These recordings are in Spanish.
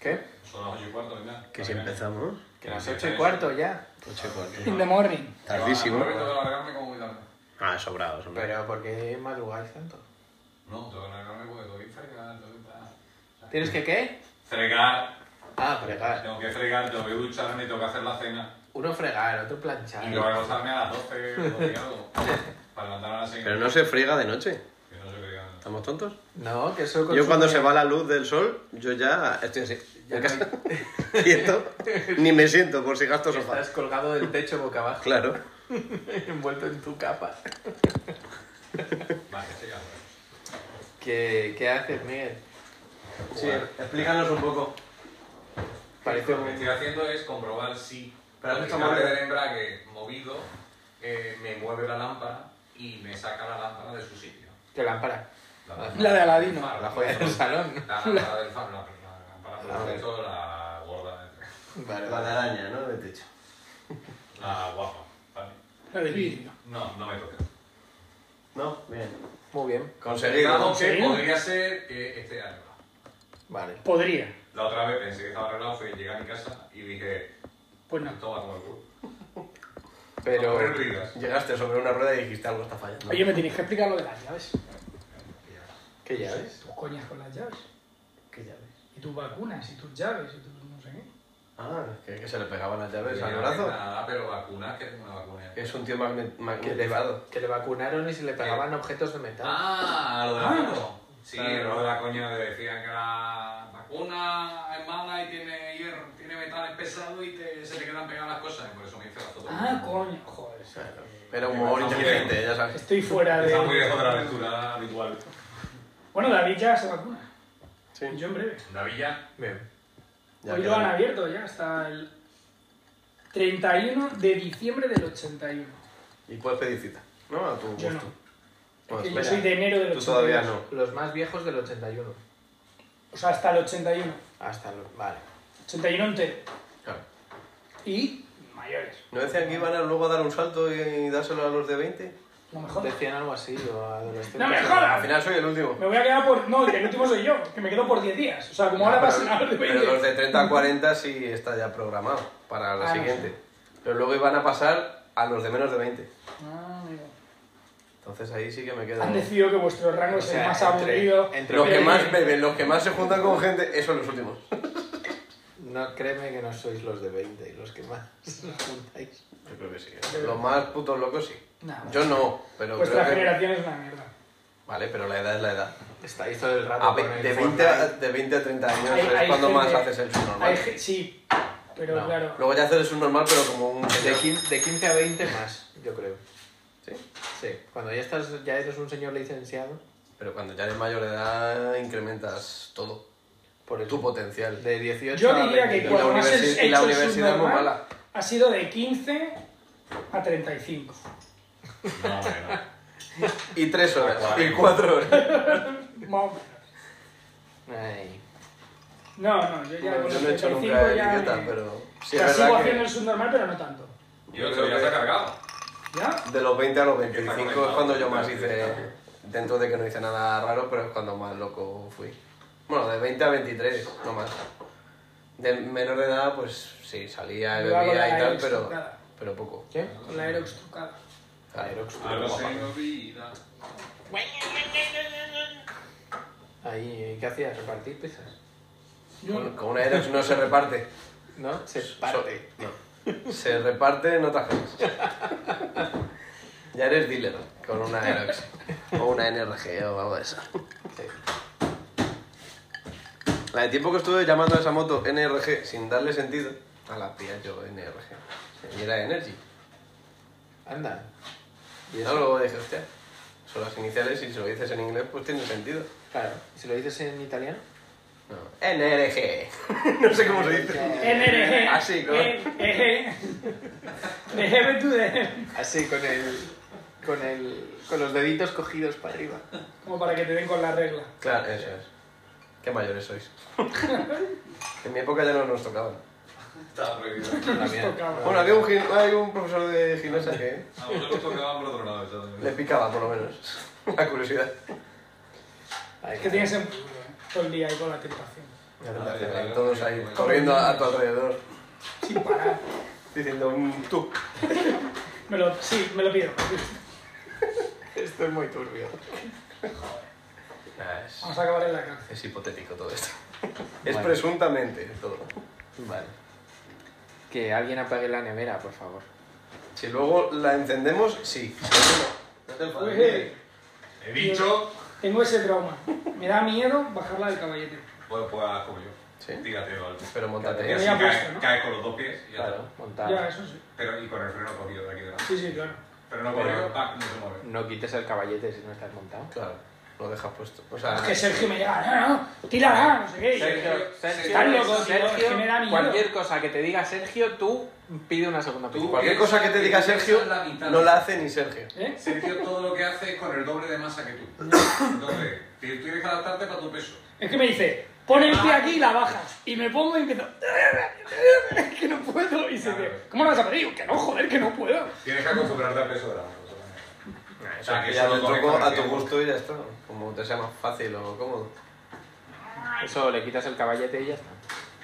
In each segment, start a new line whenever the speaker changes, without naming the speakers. ¿Qué?
Son las 8 y cuarto, ¿verdad?
Que si empezamos.
Que las ocho y cuarto ya.
Ocho y cuarto.
In the morning.
Tardísimo.
Tengo que alargarme como muy tarde.
Ah, sobrado, sobrado.
Pero ¿por qué madrugáis tanto?
No, tengo que alargarme porque tengo que fregar, tengo que estar-
¿Tienes que qué?
Fregar,
Ah, fregar.
tengo que fregar, tengo que ducharme, tengo que hacer la cena.
Uno fregar, otro
Y
planchar.
tengo que acostarme a las 12 o algo. Para levantar a las 6.
Pero no se friega de noche.
Que no se frega.
¿Estamos tontos?
No, que eso
Yo
consume-
cuando se va la luz del sol, yo ya estoy así.
Ya
en casa. Quieto. Ni me siento por si gasto sofá.
Estás colgado del techo boca abajo,
Claro.
envuelto en tu capa.
Vale, siga.
¿Qué, qué haces, Miguel?
Sí, explícanos un poco.
Parece
Lo que estoy
un...
haciendo es comprobar si
Pero has
el
visto
cable
mal-
del embrague movido eh, me mueve la lámpara y me saca la lámpara de su sitio.
¿Qué lámpara?
lámpara
La de Aladino.
del faro,
La joya del
del faro.
salón.
La lámpara del faro, la, la lámpara por
Ah,
defecto, la gorda, de-
Vale,
La de araña, ¿no? De techo.
la guapa. ¿vale?
La de vidrio.
No, no me toca.
No, bien.
Muy bien.
Conseguido.
Digamos que
Sí.
podría ser que esté arreglado.
Vale.
Podría.
La otra vez pensé que estaba arreglado, fui, llegué a mi casa y dije,
Pues no.
toma, como el culo.
Pero...
No, ruidas.
Llegaste sobre una rueda y dijiste algo está fallando.
Oye, me tenéis que explicar lo de las llaves.
¿Qué llaves?
Tus coñas con las llaves.
¿Qué llaves?
Y tus vacunas, y tus llaves, y tus no sé qué.
Ah, que, que se le pegaban las llaves
Tenía
al
una
brazo.
vacuna, pero vacunas, que tengo una vacuna.
Es un tío magne-
Que le,
magnetizado.
que le vacunaron y se le pegaban objetos de metal.
Ah, lo de la
Ah.
coña. Sí,
Claro.
lo de la coña de decían que la vacuna es mala y tiene hierro, tiene metales pesados y te- se te quedan pegadas las cosas. y por eso me hice la foto.
Ah, coño. Joder.
Claro. Era humor
Está muy
inteligente, ya sabes.
Estoy fuera
Está muy lejos de la
de.
aventura habitual.
Bueno, David ya se vacuna.
Sí.
Yo en breve.
La villa,
Bien.
Ya
Hoy lo
queda-
han abierto ya hasta el 31 de diciembre del 81.
Y puedes pedir cita. No, a tu
Yo no.
gusto. Bueno,
que yo
Pues espera.
soy de enero del
Tú
81.
todavía no.
Los más viejos del 81.
O sea, hasta el 81.
Hasta los... Vale.
81 entero.
Claro.
Y mayores.
¿No decían que iban a luego a dar un salto y, y dárselo a los de 20?
No me jodas.
Decían algo así, o adolescentes.
¡No me
Al
jodas!
final soy el último.
Me voy a quedar por. No, el último soy yo, que me quedo por 10 días. O sea, como ahora
Ah, Pero-
pasan a los de 20.
Pero los de 30 a 40 sí está ya programado para la
Ah, no
siguiente. Pero luego iban a pasar a los de menos de 20.
Ah, amigo.
Entonces ahí sí que me quedo.
Han decidido que vuestro rango
O
es
sea,
el más
entre-
aburrido.
entre
Los que
Eh,
más beben, los que más se juntan con gente, esos son los últimos.
No, créeme que no sois los de 20 y los que más os juntáis.
Yo creo que sí. ¿eh? Los más putos locos sí.
Nah,
Yo no, pero
Vuestra
creo que-
generación es una mierda.
Vale, pero la edad es la edad.
Estáis todo el rato
A ve-
con el
de, 20
Fortnite.
a, de 20 a 30 años
Hay-
es
hay
cuando
gente-
más haces el
Hay
subnormal.
ge- sí, pero
No.
claro.
Luego ya haces el subnormal, pero como un...
De, quin- de 15 a 20 más, yo creo.
Sí.
Sí. Cuando ya estás, ya eres un señor licenciado,
Pero cuando ya eres mayor de edad, incrementas todo.
por el
Tu potencial.
De 18
Yo
a
diría
22.
que
la
cuando más
universi-
es
y la
hecho el
universidad es muy
subnormal,
mala.
Ha sido de 15 a 35.
no, hombre, no.
Y tres horas.
Cuatro.
Y cuatro horas.
Más o menos.
Ay.
No, no, yo ya
Bueno,
con
yo
los
no he hecho
35
nunca
ya
idiota,
me-
pero...
o
Sí,
sea,
es
sigo
verdad
haciendo
que
el subnormal, pero no tanto.
Y otro ya está cargado.
¿Ya?
de los 20 a los 25 es
conectado.
cuando yo más hice... Dentro de que no hice nada raro, pero es cuando más loco fui. Bueno, de 20 a 23, no más. De menor de edad, pues sí, salía,
Yo hago
bebía
la
y tal,
Aerox
pero,
trucada.
pero poco.
¿Qué?
Con la Aerox trucada.
Claro.
Algo se me olvida.
Ahí, ¿qué hacías? ¿Repartir pizzas?
Con, con una Aerox no se reparte.
¿No? Se parte.
No. Se reparte, no te ajenas. Ya eres dealer con una Aerox. O una NRG o algo de eso.
Sí.
La de tiempo que estuve llamando a esa moto NRG sin darle sentido, a la pía yo NRG. Y era Energy.
Anda. ¿Y
Y
eso?
eso luego dije, hostia, son las iniciales y si lo dices en inglés, pues tiene sentido.
Claro. Si lo dices en italiano,
No. NRG. no sé cómo se dice.
NRG.
Ah,
Así, ¿no?
Eh, eh. De heaven to the heaven.
así con el. con el. con los deditos cogidos para arriba.
Como para que te den con la regla.
Claro, eso es. Qué mayores sois. en mi época ya no nos tocaban.
Está prohibido.
La mía.
tocaba.
Bueno, había un, gin- hay un profesor de gimnasia que
A vosotros tocaba por otro lado.
le
¿sabes?
picaba, por lo menos, la curiosidad.
Ay,
Es que tienes en todo el día ahí con la tentación.
Nacional, todos ahí corriendo a, a tu alrededor,
Sin parar.
diciendo un tú.
Me lo, sí, me lo pido.
Esto es muy turbio.
Nah, Ah, es,
Vamos a acabar en la cárcel.
es hipotético todo esto. Es
Vale.
presuntamente todo.
Vale. Que alguien apague la nevera, por favor.
Si luego la encendemos, sí. No te
Uy, eh,
He dicho,
Tengo ese trauma. Me da miedo bajarla del caballete.
bueno, pues haz como yo.
Sí.
Tírate o algo.
Pero
Y
montate.
Claro.
así
Tenía
caes,
puesto, ¿no?
caes con los dos pies y ya está.
Claro.
Montar.
Ya, eso sí.
Pero y con el freno cogido de aquí delante.
Sí, sí, claro.
Pero no
Pero-
corrió, pack, no se mueve.
No quites el caballete si no estás montado.
Claro. Lo dejas puesto. O sea,
Es que Sergio me llega, no, no, tírala, no sé qué. Y yo,
Sergio,
Estás loco, tío, es que me da miedo.
cualquier cosa que te diga Sergio, tú pide una segunda
Tú,
opinión.
cualquier cosa que te diga Sergio,
La mitad.
no la hace ni Sergio.
¿Eh?
Sergio todo lo que hace es con el doble de masa que tú. El doble. Tú tienes que adaptarte para tu peso.
Es que me dice, pon el pie aquí y la bajas. Y me pongo y empiezo, que no puedo. Y se dice, ¿cómo lo vas a pedir? Que no, joder, que no puedo.
Tienes que acostumbrarte al peso de la masa. O sea, que
ya
eso
lo
lo coges
toco
con el
a tu
tiempo.
gusto y ya está. Como te sea más fácil o cómodo.
Eso, le quitas el caballete y ya está.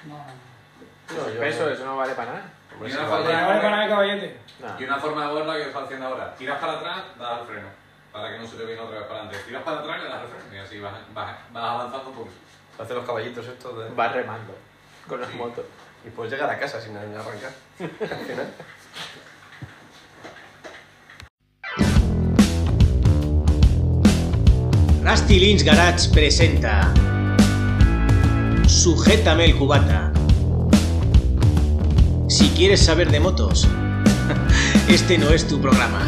No,
No, yo-
Peso, eso no vale para nada.
Hombre,
Y
sí,
una
vale.
falda-
no vale para nada el caballete.
Nada.
Y una forma de verla que está haciendo ahora. Tiras para atrás, das al freno. Para que no se te viene otra vez para adelante. Tiras para atrás y le das al freno. Y así vas, vas, vas avanzando un poquito.
Hace los caballitos estos de-
Vas remando con las
Sí.
motos.
Y puedes llegar a casa sin arrancar. Al final.
Rusty Lynch Garage presenta Sujétame el cubata. Si quieres saber de motos, este no es tu programa.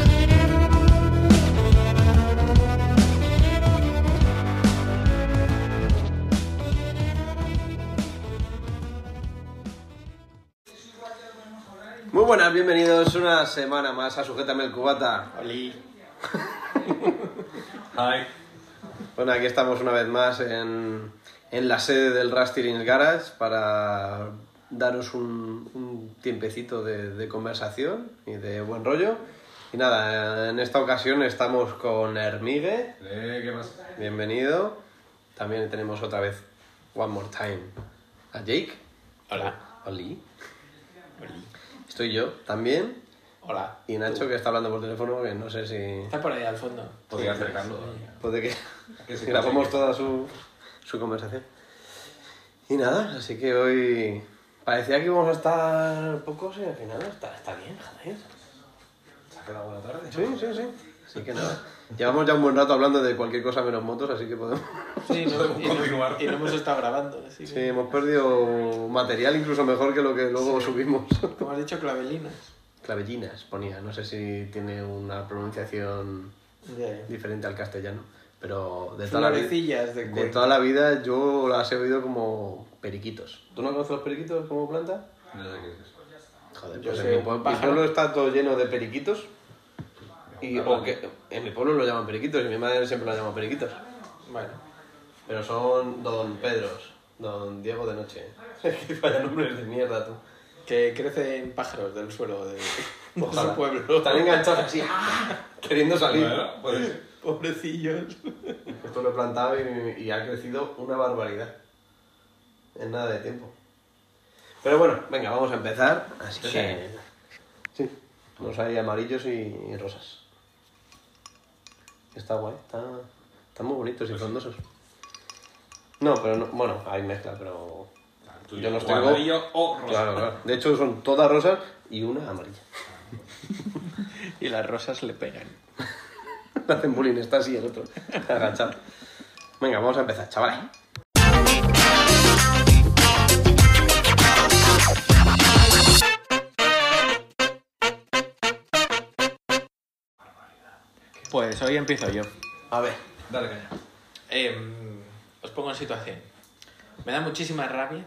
Muy buenas, bienvenidos una semana más a Sujétame el Cubata.
Ay.
Bueno, aquí estamos una vez más en, en la sede del Rusty Lynch Garage para daros un, un tiempecito de, de conversación y de buen rollo. Y nada, en esta ocasión estamos con Hermigue,
Eh, ¿Qué pasa?
bienvenido. También tenemos otra vez, one more time, a Jake.
Hola.
Oli. Estoy yo también.
Hola.
Y Nacho, que está hablando por teléfono, que no sé si...
Está por ahí al fondo.
Podría acercarlo.
Puede que,
Que sí,
grabamos
que sí.
toda su, su conversación. Y nada, así que hoy parecía que íbamos a estar pocos y al final está, está bien, joder.
Se ha quedado buena tarde.
Sí, sí, sí. Así que nada, llevamos ya un buen rato hablando de cualquier cosa menos motos, así que podemos...
Sí,
Podemos
no, y, no,
continuar.
y no hemos estado grabando. Así
Sí,
que...
hemos perdido material incluso mejor que lo que luego subimos.
Como has dicho, clavelinas.
Clavellinas ponía, no sé si tiene una pronunciación diferente al castellano, pero de toda la vida...
Florecillas de
De
cuero.
toda la vida yo las he oído como periquitos. ¿Tú no conoces los periquitos como planta?
No sé qué es eso.
Joder,
Yo
pues
sé,
en mi, pue- mi
pájaro.
pueblo está todo lleno de periquitos. Y, o que- en mi pueblo lo llaman periquitos y mi madre siempre lo llama periquitos.
Bueno,
Pero son don Pedros, don Diego de noche. Es que vaya nombres de mierda tú.
que crecen pájaros del suelo de, de su
Ojalá.
pueblo.
Están enganchados así, ¡ah! queriendo salir.
Bueno, pues, puede ser.
Pobrecillos.
Esto lo he plantado y, y ha crecido una barbaridad. En nada de tiempo. Pero bueno, venga, vamos a empezar. Así que. Sí, los hay amarillos y, y rosas. Está guay, está, están muy bonitos y frondosos. No, pero no, bueno, hay mezcla, pero.
Tú
Yo los
o
tengo-
amarillo o oh, rosa.
Claro, claro. De hecho, son todas rosas y una amarilla.
Y las rosas le pegan.
Le hacen bullying, está así el otro, agachado. Venga, vamos a empezar, chavales.
Pues hoy empiezo yo.
A ver,
Dale, caña.
Em, os pongo en situación. Me da muchísima rabia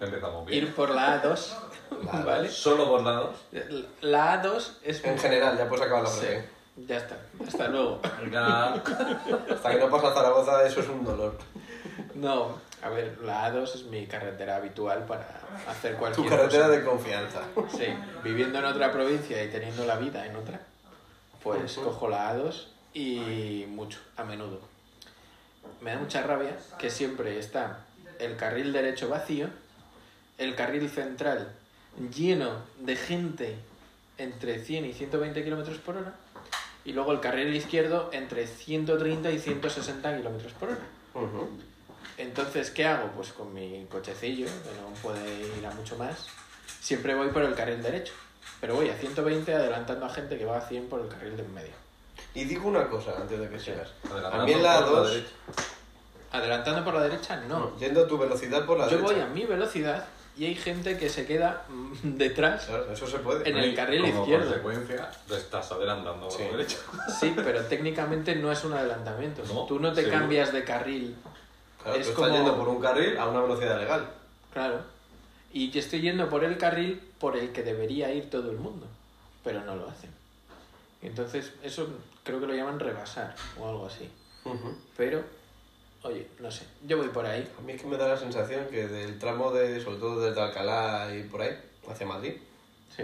Empezamos bien.
ir por la A2. ¿Vale?
Solo bordados.
La A2 es.
en general, ya puedes acabar la
Sí,
frase.
ya está. Hasta luego.
Venga.
Hasta que no pasa Zaragoza, eso es un dolor.
No, a ver, la A2 es mi carretera habitual para hacer
Tu
cualquier
carretera
cosa.
de confianza.
Sí, viviendo en otra provincia y teniendo la vida en otra, pues cojo la A2 y mucho, a menudo. Me da mucha rabia que siempre está el carril derecho vacío, el carril central lleno de gente entre 100 y 120 kilómetros por hora, y luego el carril izquierdo entre 130 y 160 kilómetros por hora.
Ujú.
Entonces, ¿qué hago? Pues con mi cochecillo, que no puede ir a mucho más, siempre voy por el carril derecho. Pero voy a 120 adelantando a gente que va a 100 por el carril de en medio.
Y digo una cosa antes de que sigas.
Adelantando
A mí en
por
la
la
2,
derecha.
Adelantando por la derecha, no.
yendo a tu velocidad por la
Yo
derecha.
voy a mi velocidad y hay gente que se queda mm, detrás.
Claro, Eso se puede.
En el
Y
carril
como
izquierdo.
consecuencia, lo estás adelantando por
Sí.
la derecha.
Sí, pero técnicamente no es un adelantamiento.
No,
Tú no te
seguro.
cambias de carril,
Claro,
es
tú
como-
estás yendo por un carril a una velocidad legal.
claro. Y yo estoy yendo por el carril por el que debería ir todo el mundo, pero no lo hacen. Entonces, eso creo que lo llaman rebasar o algo así. Pero, oye, no sé, yo voy por ahí.
A mí es que me da la sensación que del tramo de, sobre todo desde Alcalá y por ahí, hacia Madrid,
Sí.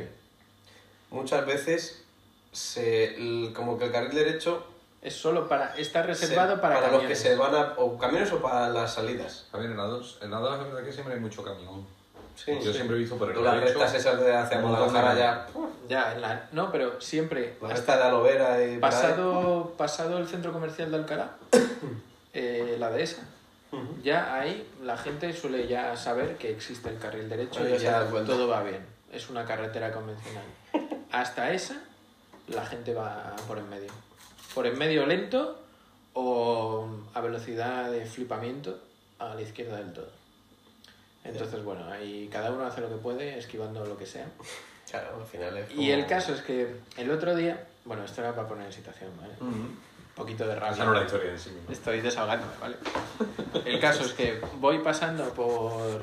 muchas veces se, el- como que el carril derecho
Es solo para, está
se-
reservado para,
los que
camiones.
se van a, o camiones o para las salidas.
A ver, en la 2, en la 2 es verdad que siempre hay mucho camión.
Sí,
Yo
sí.
siempre he visto por el
Las
derecho.
rectas esas de hacia
un montón de
Guadalajara ya,
Ya, en la- no, pero siempre,
la
hasta-
recta de Alovera y por ahí.
Pasado, pasado el centro comercial de Alcalá, eh, la dehesa, ya ahí la gente suele ya saber que existe el carril derecho
Bueno, ya
y
se
ya
dan cuenta.
todo va bien. Es una carretera convencional. Hasta esa, la gente va por en medio. Por en medio lento o a velocidad de flipamiento a la izquierda del todo. Entonces, bueno, ahí cada uno hace lo que puede, esquivando lo que sea.
Claro, al final es
Y el
como-
caso es que el otro día, bueno, esto era para poner en situación, ¿vale?
Ujú.
Un poquito de
Esa no es la
rabia.
historia en sí misma.
Estoy desahogándome, ¿vale? El caso es que voy pasando por.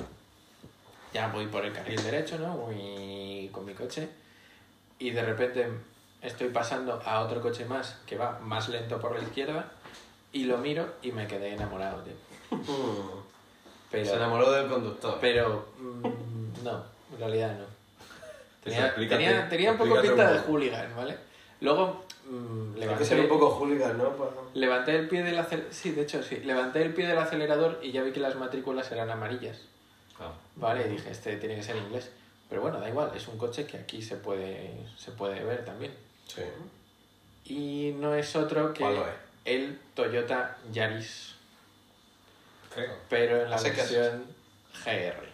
Ya voy por el carril derecho, ¿no? Voy con mi coche. Y de repente estoy pasando a otro coche más que va más lento por la izquierda. Y lo miro y me quedé enamorado, tío.
Mm. Se
Pero.
enamoró del conductor.
Pero. mm, no, en realidad no. Tenía,
Explícate-
tenía, tenía un poco
explícate
pinta de
poco.
hooligan, ¿ale? Luego. mm,
Hay
levanté-
que ser un poco hooligan, ¿no? Para-
Levanté el pie del acel- sí, de hecho sí. Levanté el pie del acelerador y ya vi que las matrículas eran amarillas.
Ah.
Vale, y dije, este tiene que ser inglés. Pero bueno, da igual, es un coche que aquí se puede se puede ver también.
Sí.
Y no es otro que
¿Cuál lo es?
el Toyota Yaris,
Creo.
pero en la
¿A secas?
versión GR.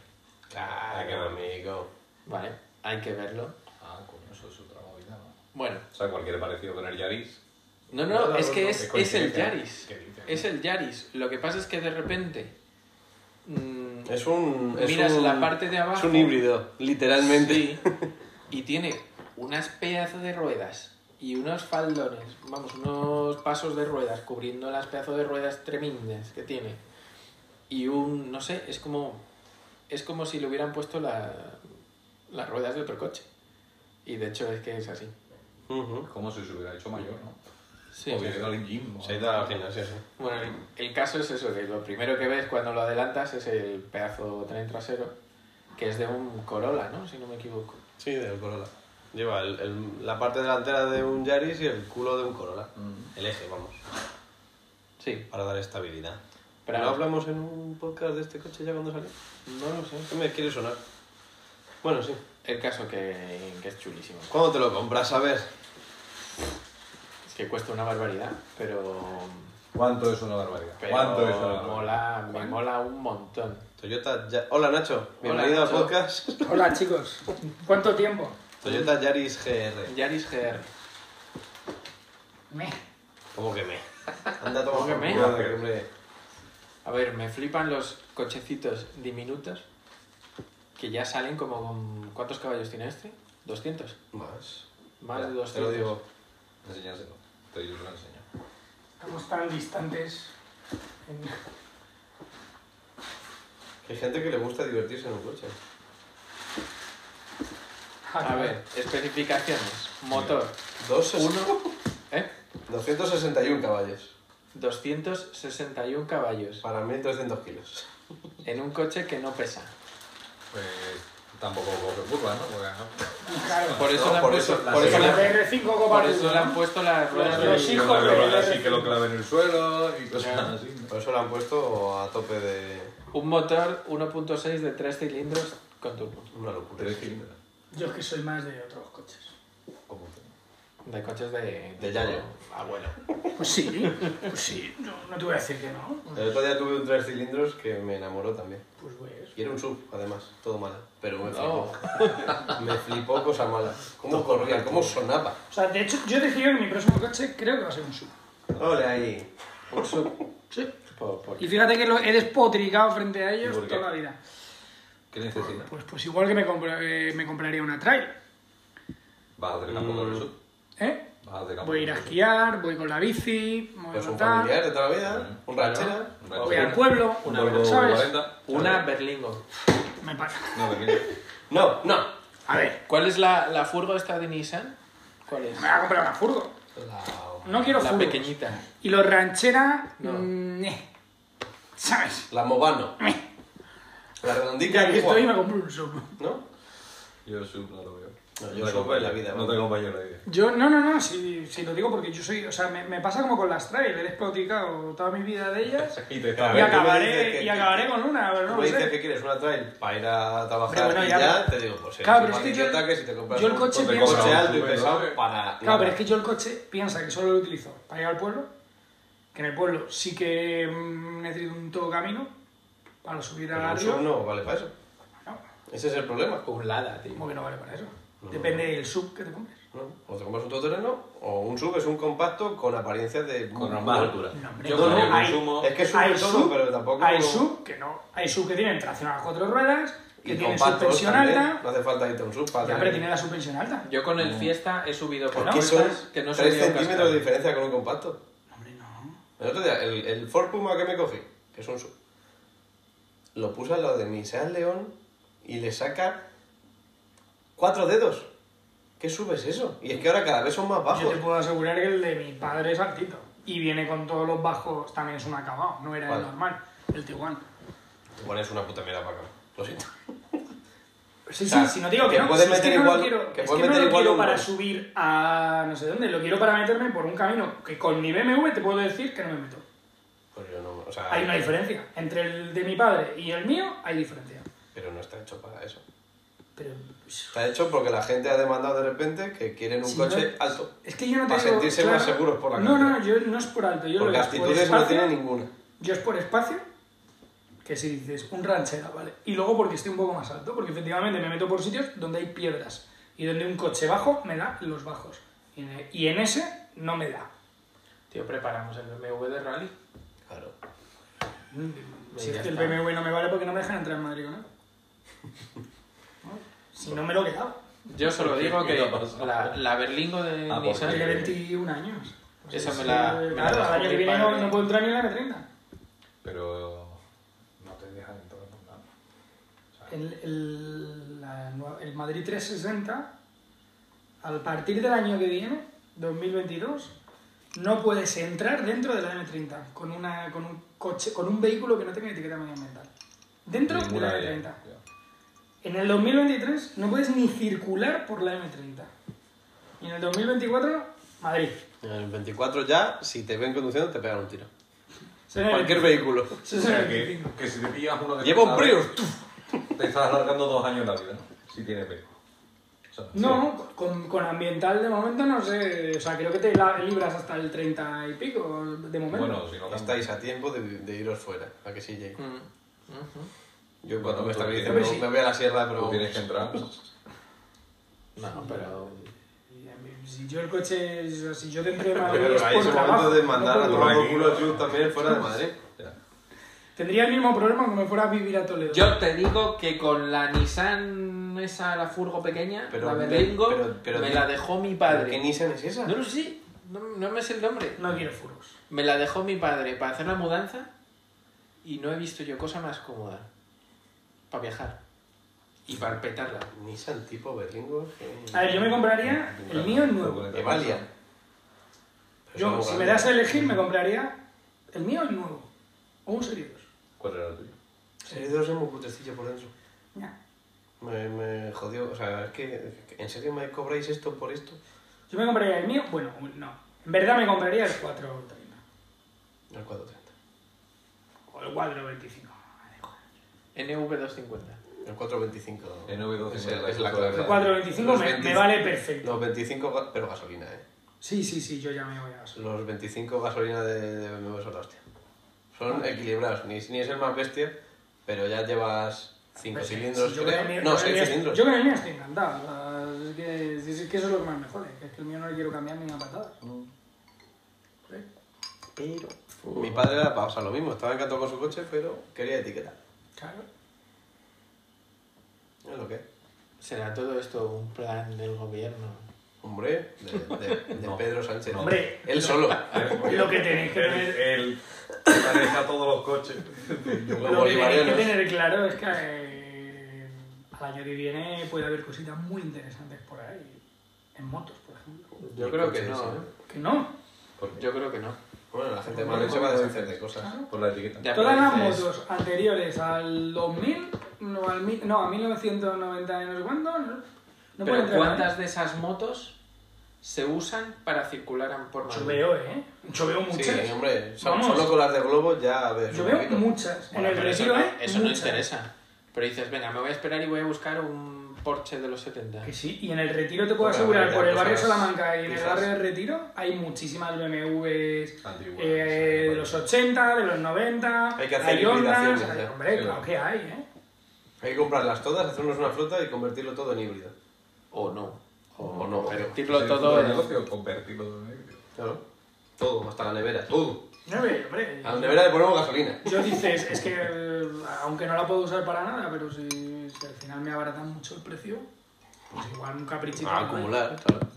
Claro, amigo.
Vale, hay que verlo.
Ah, coño, eso es otra movida, ¿no?
Bueno,
O sea, cualquier parecido con el Yaris.
no,
No,
no,
no,
es
no,
que
no,
es,
qué
es el
coincidencia.
Yaris.
¿Qué dices?
Es el Yaris. Lo que pasa es que de repente... mm,
Es un. es
Miras
un-
la parte de abajo.
Es un híbrido, literalmente.
Sí. Y tiene unas pedazos de ruedas y unos faldones, vamos, unos pasos de ruedas cubriendo las pedazos de ruedas tremendas que tiene. Y un, no sé, es como es como si le hubieran puesto la- las ruedas de otro coche. Y de hecho es que es así.
Ujú.
Como si se hubiera hecho mayor, ¿no?
Sí.
o hubiera ido al gym. ¿no?
Se ha ido al gimnasio, sí.
Bueno, el- el caso es eso, que lo primero que ves cuando lo adelantas es el pedazo tren trasero, que es de un Corolla, ¿no? Si no me equivoco.
Sí, del Corolla. Lleva el- el- la parte delantera de un Yaris y el culo de un Corolla.
Mm.
El eje, vamos,
Sí.
para dar estabilidad.
Pero
¿No hablamos en un podcast de este coche ya cuando salió?
no lo sé.
¿Qué me quiere sonar? Bueno, sí.
El caso que, que es chulísimo.
¿Cuándo te lo compras? A ver.
Es que cuesta una barbaridad, pero.
¿Cuánto es una barbaridad?
pero
¿Cuánto es una barbaridad?
mola, Me mola un montón.
Toyota. Ya- Hola Nacho, bienvenido
Nacho.
al podcast.
Hola chicos, ¿cuánto tiempo?
Toyota Yaris GR.
Yaris GR.
Me.
¿Cómo que me? Anda, toma
¿Cómo que
por
me?
culo, que, hombre.
A ver, me flipan los cochecitos diminutos que ya salen como con. ¿Cuántos caballos tiene este? 200.
Más.
Más de
Ya,
200.
Te lo digo.
Enseñárselo. Te yo te lo enseño.
Estamos tan distantes. En-
Hay gente que le gusta divertirse en un coche.
A ver, especificaciones. Motor.
Dos,
Uno. ¿Eh?
261 caballos.
261 caballos.
Para 1300 kilos.
En un coche que no pesa.
Pues tampoco coge curva, ¿no? Porque, ¿no?
Claro.
Por eso
No,
le han
por
puesto-
eso- la
por eso
la
le han-
BR5
por
Copa
eso le han puesto las ruedas
Los
de-
hijos
Una
de-
rueda así que lo clave en el suelo y cosas así. ¿no?
Por eso lo han puesto a tope de.
Un motor 1.6 de 3 cilindros con turbo.
Una locura.
Tres cilindros.
Yo es que soy más de otros coches.
¿Cómo que?
De coches de...
De Yayo.
Ah,
Abuelo.
Pues sí, pues sí. No, no te voy a decir que no.
El otro día tuve un tres cilindros que me enamoró también.
Pues ves.
Y era un sub, además, todo mal. Pero me
No.
flipó. Me flipó cosa mala. ¿Cómo corría? ¿Cómo sonaba?
O sea, de hecho, yo dije que mi próximo coche creo que va a ser un SUV.
Ole ahí.
Un sub.
Sí.
Por- por-
Y fíjate que lo he despotricado frente a ellos
¿Por qué?
toda la vida.
¿Qué necesita?
Pues, pues igual que me, compra- eh, me compraría una trail.
¿Vas a hacer campo con el sub?
¿eh?
¿Vas a hacer campo
Voy a ir
con
a
el sub?
esquiar, voy con la bici, me voy
Pues
a
un
montar,
familiar de toda la vida, un ranchera.
Un
voy al
ranchero.
pueblo,
Un Volvo
¿sabes?
40.
Una berlingo.
Me pasa.
No, que mira.
No, no.
A ver,
¿Cuál es la, la furgo esta de Nissan? ¿Cuál es?
me voy a comprar una furgo. No quiero
La
furgos.
pequeñita.
Y los ranchera,
No.
mm, eh, ¿sabes?
La Movano. La
Y
redondita.
aquí
Juan,
estoy y me compro un sub.
¿No?
Yo sub no lo veo.
No, yo
te
sub
acompaño.
en la vida,
No
vamos.
te acompaño en la vida.
Yo, no, no, no, si, si lo digo porque yo soy, o sea, me, me pasa como con las trail, he despotricado toda mi vida de ellas
Y te
A ver,
y
tú me
acabaré,
dices que-
y acabaré con una, pero
Tú me
no lo
dices
sé.
que quieres una trail para ir a trabajar
Pero bueno,
y
ya,
ya,
pero-
te digo, pues eres
Claro,
un
pero es que yo-
idiota que si te compras
yo el
un
coche
montón de
pienso- ¿eh?
coche alto y
Claro,
pesado
pero-
para nada.
Claro, pero es que yo el coche piensa que solo lo utilizo para ir al pueblo, que en el pueblo sí que mm, necesito un todo camino para subir
Pero
al
un
río.
sub no vale para eso. Ese es el problema.
Un Lada, tío.
Como que no vale para eso. Depende del sub que te compres.
¿no? O te compras un todoterreno o un sub es un compacto con apariencia de
Con más altura.
No, hombre,
Yo
no,
con el
no, hay-
consumo.
Es que sube
Hay
todo,
sub,
pero tampoco
hay sub que no, hay sub que tienen tracción a las cuatro ruedas, que
y
tienen
compactos
suspensión
también.
alta,
No hace falta irte a un sub para
ya,
tener-
pero tiene la suspensión alta.
Yo con el Fiesta he subido por
¿Por qué son
cuestas que no
3
subía un
centímetros de
cascabel.
diferencia con un compacto?
Hombre, no.
El otro día, el, el Ford Puma que me cogí, que es un sub, lo puse al lado de mi Seat León y le saca cuatro dedos. ¿Qué sub es eso? Y es que ahora cada vez son más
Yo
bajos.
te puedo asegurar que el de mi padre es altito. Y viene con todos los bajos, también es un acabado, no era el
Vale.
normal, el Tiguan.
Te pones una puta mierda para acá. Lo siento.
Sí,
O sea,
sí, si no te digo que,
que
no,
puedes
si es
meter
que no
igual-
lo quiero,
que
es
puedes
que no
meter
lo
igual
quiero
un
para
gol.
subir a no sé dónde, lo quiero para meterme por un camino que con mi BMW te puedo decir que no me meto.
Pues yo no, o sea,
Hay una diferencia. Entre el de mi padre y el mío hay diferencia.
Pero no está hecho para eso.
Pero pues,
Está hecho porque la gente ha demandado de repente que quieren un
Si
coche
no-
alto.
es que yo no te
Para
digo,
sentirse más seguros por la
No,
calle.
no, yo no es por alto, yo
Porque
lo es por
actitudes no
espacio,
tiene ninguna.
Yo es por espacio, que si dices un ranchera, ¿vale? Y luego porque estoy un poco más alto, porque efectivamente me meto por sitios donde hay piedras y donde un coche bajo me da los bajos. Y en- e- Y en ese no me da.
Tío, preparamos el BMW de rally.
Claro.
Si es
Ya
que el
está.
BMW no me vale porque no me dejan entrar en Madrid con él. ¿No? Si no me lo he quedado.
Yo solo digo que
¿Qué te pasa?
la, la berlingo de
Ah,
Nissan...
Tiene
porque-
21 años.
Eh, Esa me
sí,
la- me la
Claro,
dejó
al año
mi
que viene no,
padre.
no puedo entrar ni en la M30.
Pero no te dejan entrar por nada.
El, el, la nueva- el Madrid 360, al partir del año que viene, 2022, no puedes entrar dentro de la M30 con, una, con, un, coche, con un vehículo que no tenga etiqueta medioambiental. Dentro de
Ninguna
la
de
M30.
ellas.
En el 2023 no puedes ni circular por la M30. Y en el 2024, Madrid.
En el 24 ya, si te ven conduciendo, te pegan un tiro.
Eso es en el
Cualquier
25.
vehículo.
Eso
O
es en el
sea, que,
25.
que si te pillas uno de
Lleva un
cada
Prius. tú.
vez, Te estás alargando dos años la vida, ¿no? Si tienes Prius. O sea,
No, con, con ambiental de momento no sé. O sea, creo que te la- libras hasta el 30 y pico de
sí.
momento.
Bueno, si no
Estáis a tiempo de, de iros fuera, a que sí llegue.
Mm, ujú.
Yo
Bueno,
cuando me
tú
estabilice
tienes-
no, me voy a la sierra,
pero
pero...
tienes que entrar.
No, pero...
Si yo el coche, o sea, si yo dentro de Madrid
Pero
es
ahí
por
es el
trabajo,
momento de mandar
no
a
por-
tomar por
aquí.
culo a Jules también fuera de Madrid.
Ya.
Tendría el mismo problema como me fuera a vivir a Toledo.
Yo te digo que con la Nissan, esa, la furgo pequeña,
Pero-
la berlingo,
pero- pero-
me la dejó mi
¿Qué
padre.
Nissan es esa?
No lo sé, no, no me sé el nombre.
no quiero furgos.
Me la dejó mi padre para hacer la mudanza y no he visto yo cosa más cómoda para viajar y para petarla.
Nissan tipo berlingo. que-
A ver, yo me compraría el mío nuevo.
Evalia.
Yo, si me das a elegir, me compraría el mío el nuevo. O un Serie 2.
¿Cuál era el tuyo?
Serie 2 es muy putrecillo por dentro.
Ya.
Me, me jodió. O sea, es que... ¿En serio me cobráis esto por esto?
Yo me compraría el mío, bueno, un- no. En verdad me compraría el 430.
El 430.
O el 425. Vale, joder.
NV250.
El 425.
NV250,
Es, el- es la
el
clave.
El 425 me, me vale perfecto.
Los 25, ga- pero gasolina, ¿eh?
Sí, sí, sí, yo ya me voy a eso.
Los 25 gasolina de, de BMW son la hostia. Son equilibrados. Ni, ni es el más bestia, pero ya llevas 5
Pues sí,
cilindros,
sí, yo
creo.
con el mío-
no,
con el
6
mío-
cilindros.
Yo con el mío estoy encantado. o sea, es, que, sí, sí, es que eso es lo que más me jode. que Es que el mío no le quiero cambiar ni una patada.
Mi padre era pa- o sea, lo mismo. Estaba encantado con su coche, pero quería etiqueta.
Claro.
Es lo que es.
¿Será todo esto un plan del gobierno?
Hombre, de, de- de
No.
Pedro Sánchez.
Hombre.
Él solo.
Lo que tenéis que
El-
tener-
El que maneja todos los coches.
Los
Lo que tenéis que
bolivarianos.
tener claro es que eh, al año que viene puede haber cositas muy interesantes por ahí. En motos, por ejemplo.
Yo
Mi
creo que
coche,
no,
sí.
¿eh?
Que no.
Yo creo que no.
Bueno, la gente
Por
mal
lo
hecha va a
menos
deshacer de
diferentes.
cosas.
Por la etiqueta.
Ya,
Todas
pero
las
dices,
motos anteriores al 2000, no, al, mi- no a 1990 y no sé cuándo, no, no pueden
Pero
entrar. ¿eh?
¿cuántas de esas motos se usan para circular por
Yo
Madrid?
veo, ¿eh? Yo veo muchas.
Sí, hombre, son-
Vamos.
solo con las de globo ya ves.
Yo
un
veo
poquito.
muchas.
Bueno,
en el
pero eso
retiro,
no,
¿eh?
eso no
Muchas.
interesa. Pero dices, venga, me voy a esperar y voy a buscar un Porsche de los 70.
Que sí, y en el retiro te puedo
Hombre,
asegurar,
habrá
pues
por el barrio
cosas
Salamanca y en el
fijas.
barrio del retiro, hay muchísimas BMWs
Antiguas,
eh, de los 80, de los 90,
Hay que hacer
hay Hondas,
hibridaciones,
hay-
ya.
hombre,
Sí,
claro
va.
que hay, ¿eh?
Hay que comprarlas todas, hacernos una flota y convertirlo todo en híbrido.
O no.
O, no,
pues
pero.
Convertirlo todo
todo el
en...
negocio, convertirlo todo en negro.
Claro. Todo, hasta la nevera, todo.
No, hombre, hombre.
A la nevera le ponemos gasolina.
Yo dices, es que eh, aunque no la puedo usar para nada, pero si, si al final me abaratan mucho el precio, pues igual un caprichito.
A Ah, acumular, claro.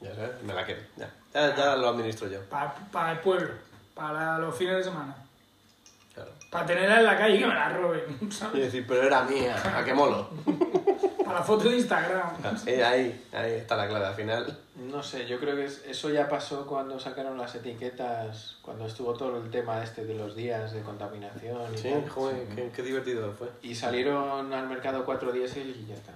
Ya sabes, me la quedo. Ya, ya,
Ah.
ya lo administro yo.
Para el pueblo, para los fines de semana.
Claro.
Para tenerla en la calle y que me la roben,
Y
¿sabes?
decir, pero era mía, a qué molo.
Para la foto de Instagram.
Eh, ahí, ahí está la clave al final.
No sé, yo creo que es- eso ya pasó cuando sacaron las etiquetas, cuando estuvo todo el tema este de los días de contaminación y
Sí,
tal.
joder, Qué, qué divertido fue.
Y salieron al mercado cuatro diésel y ya está.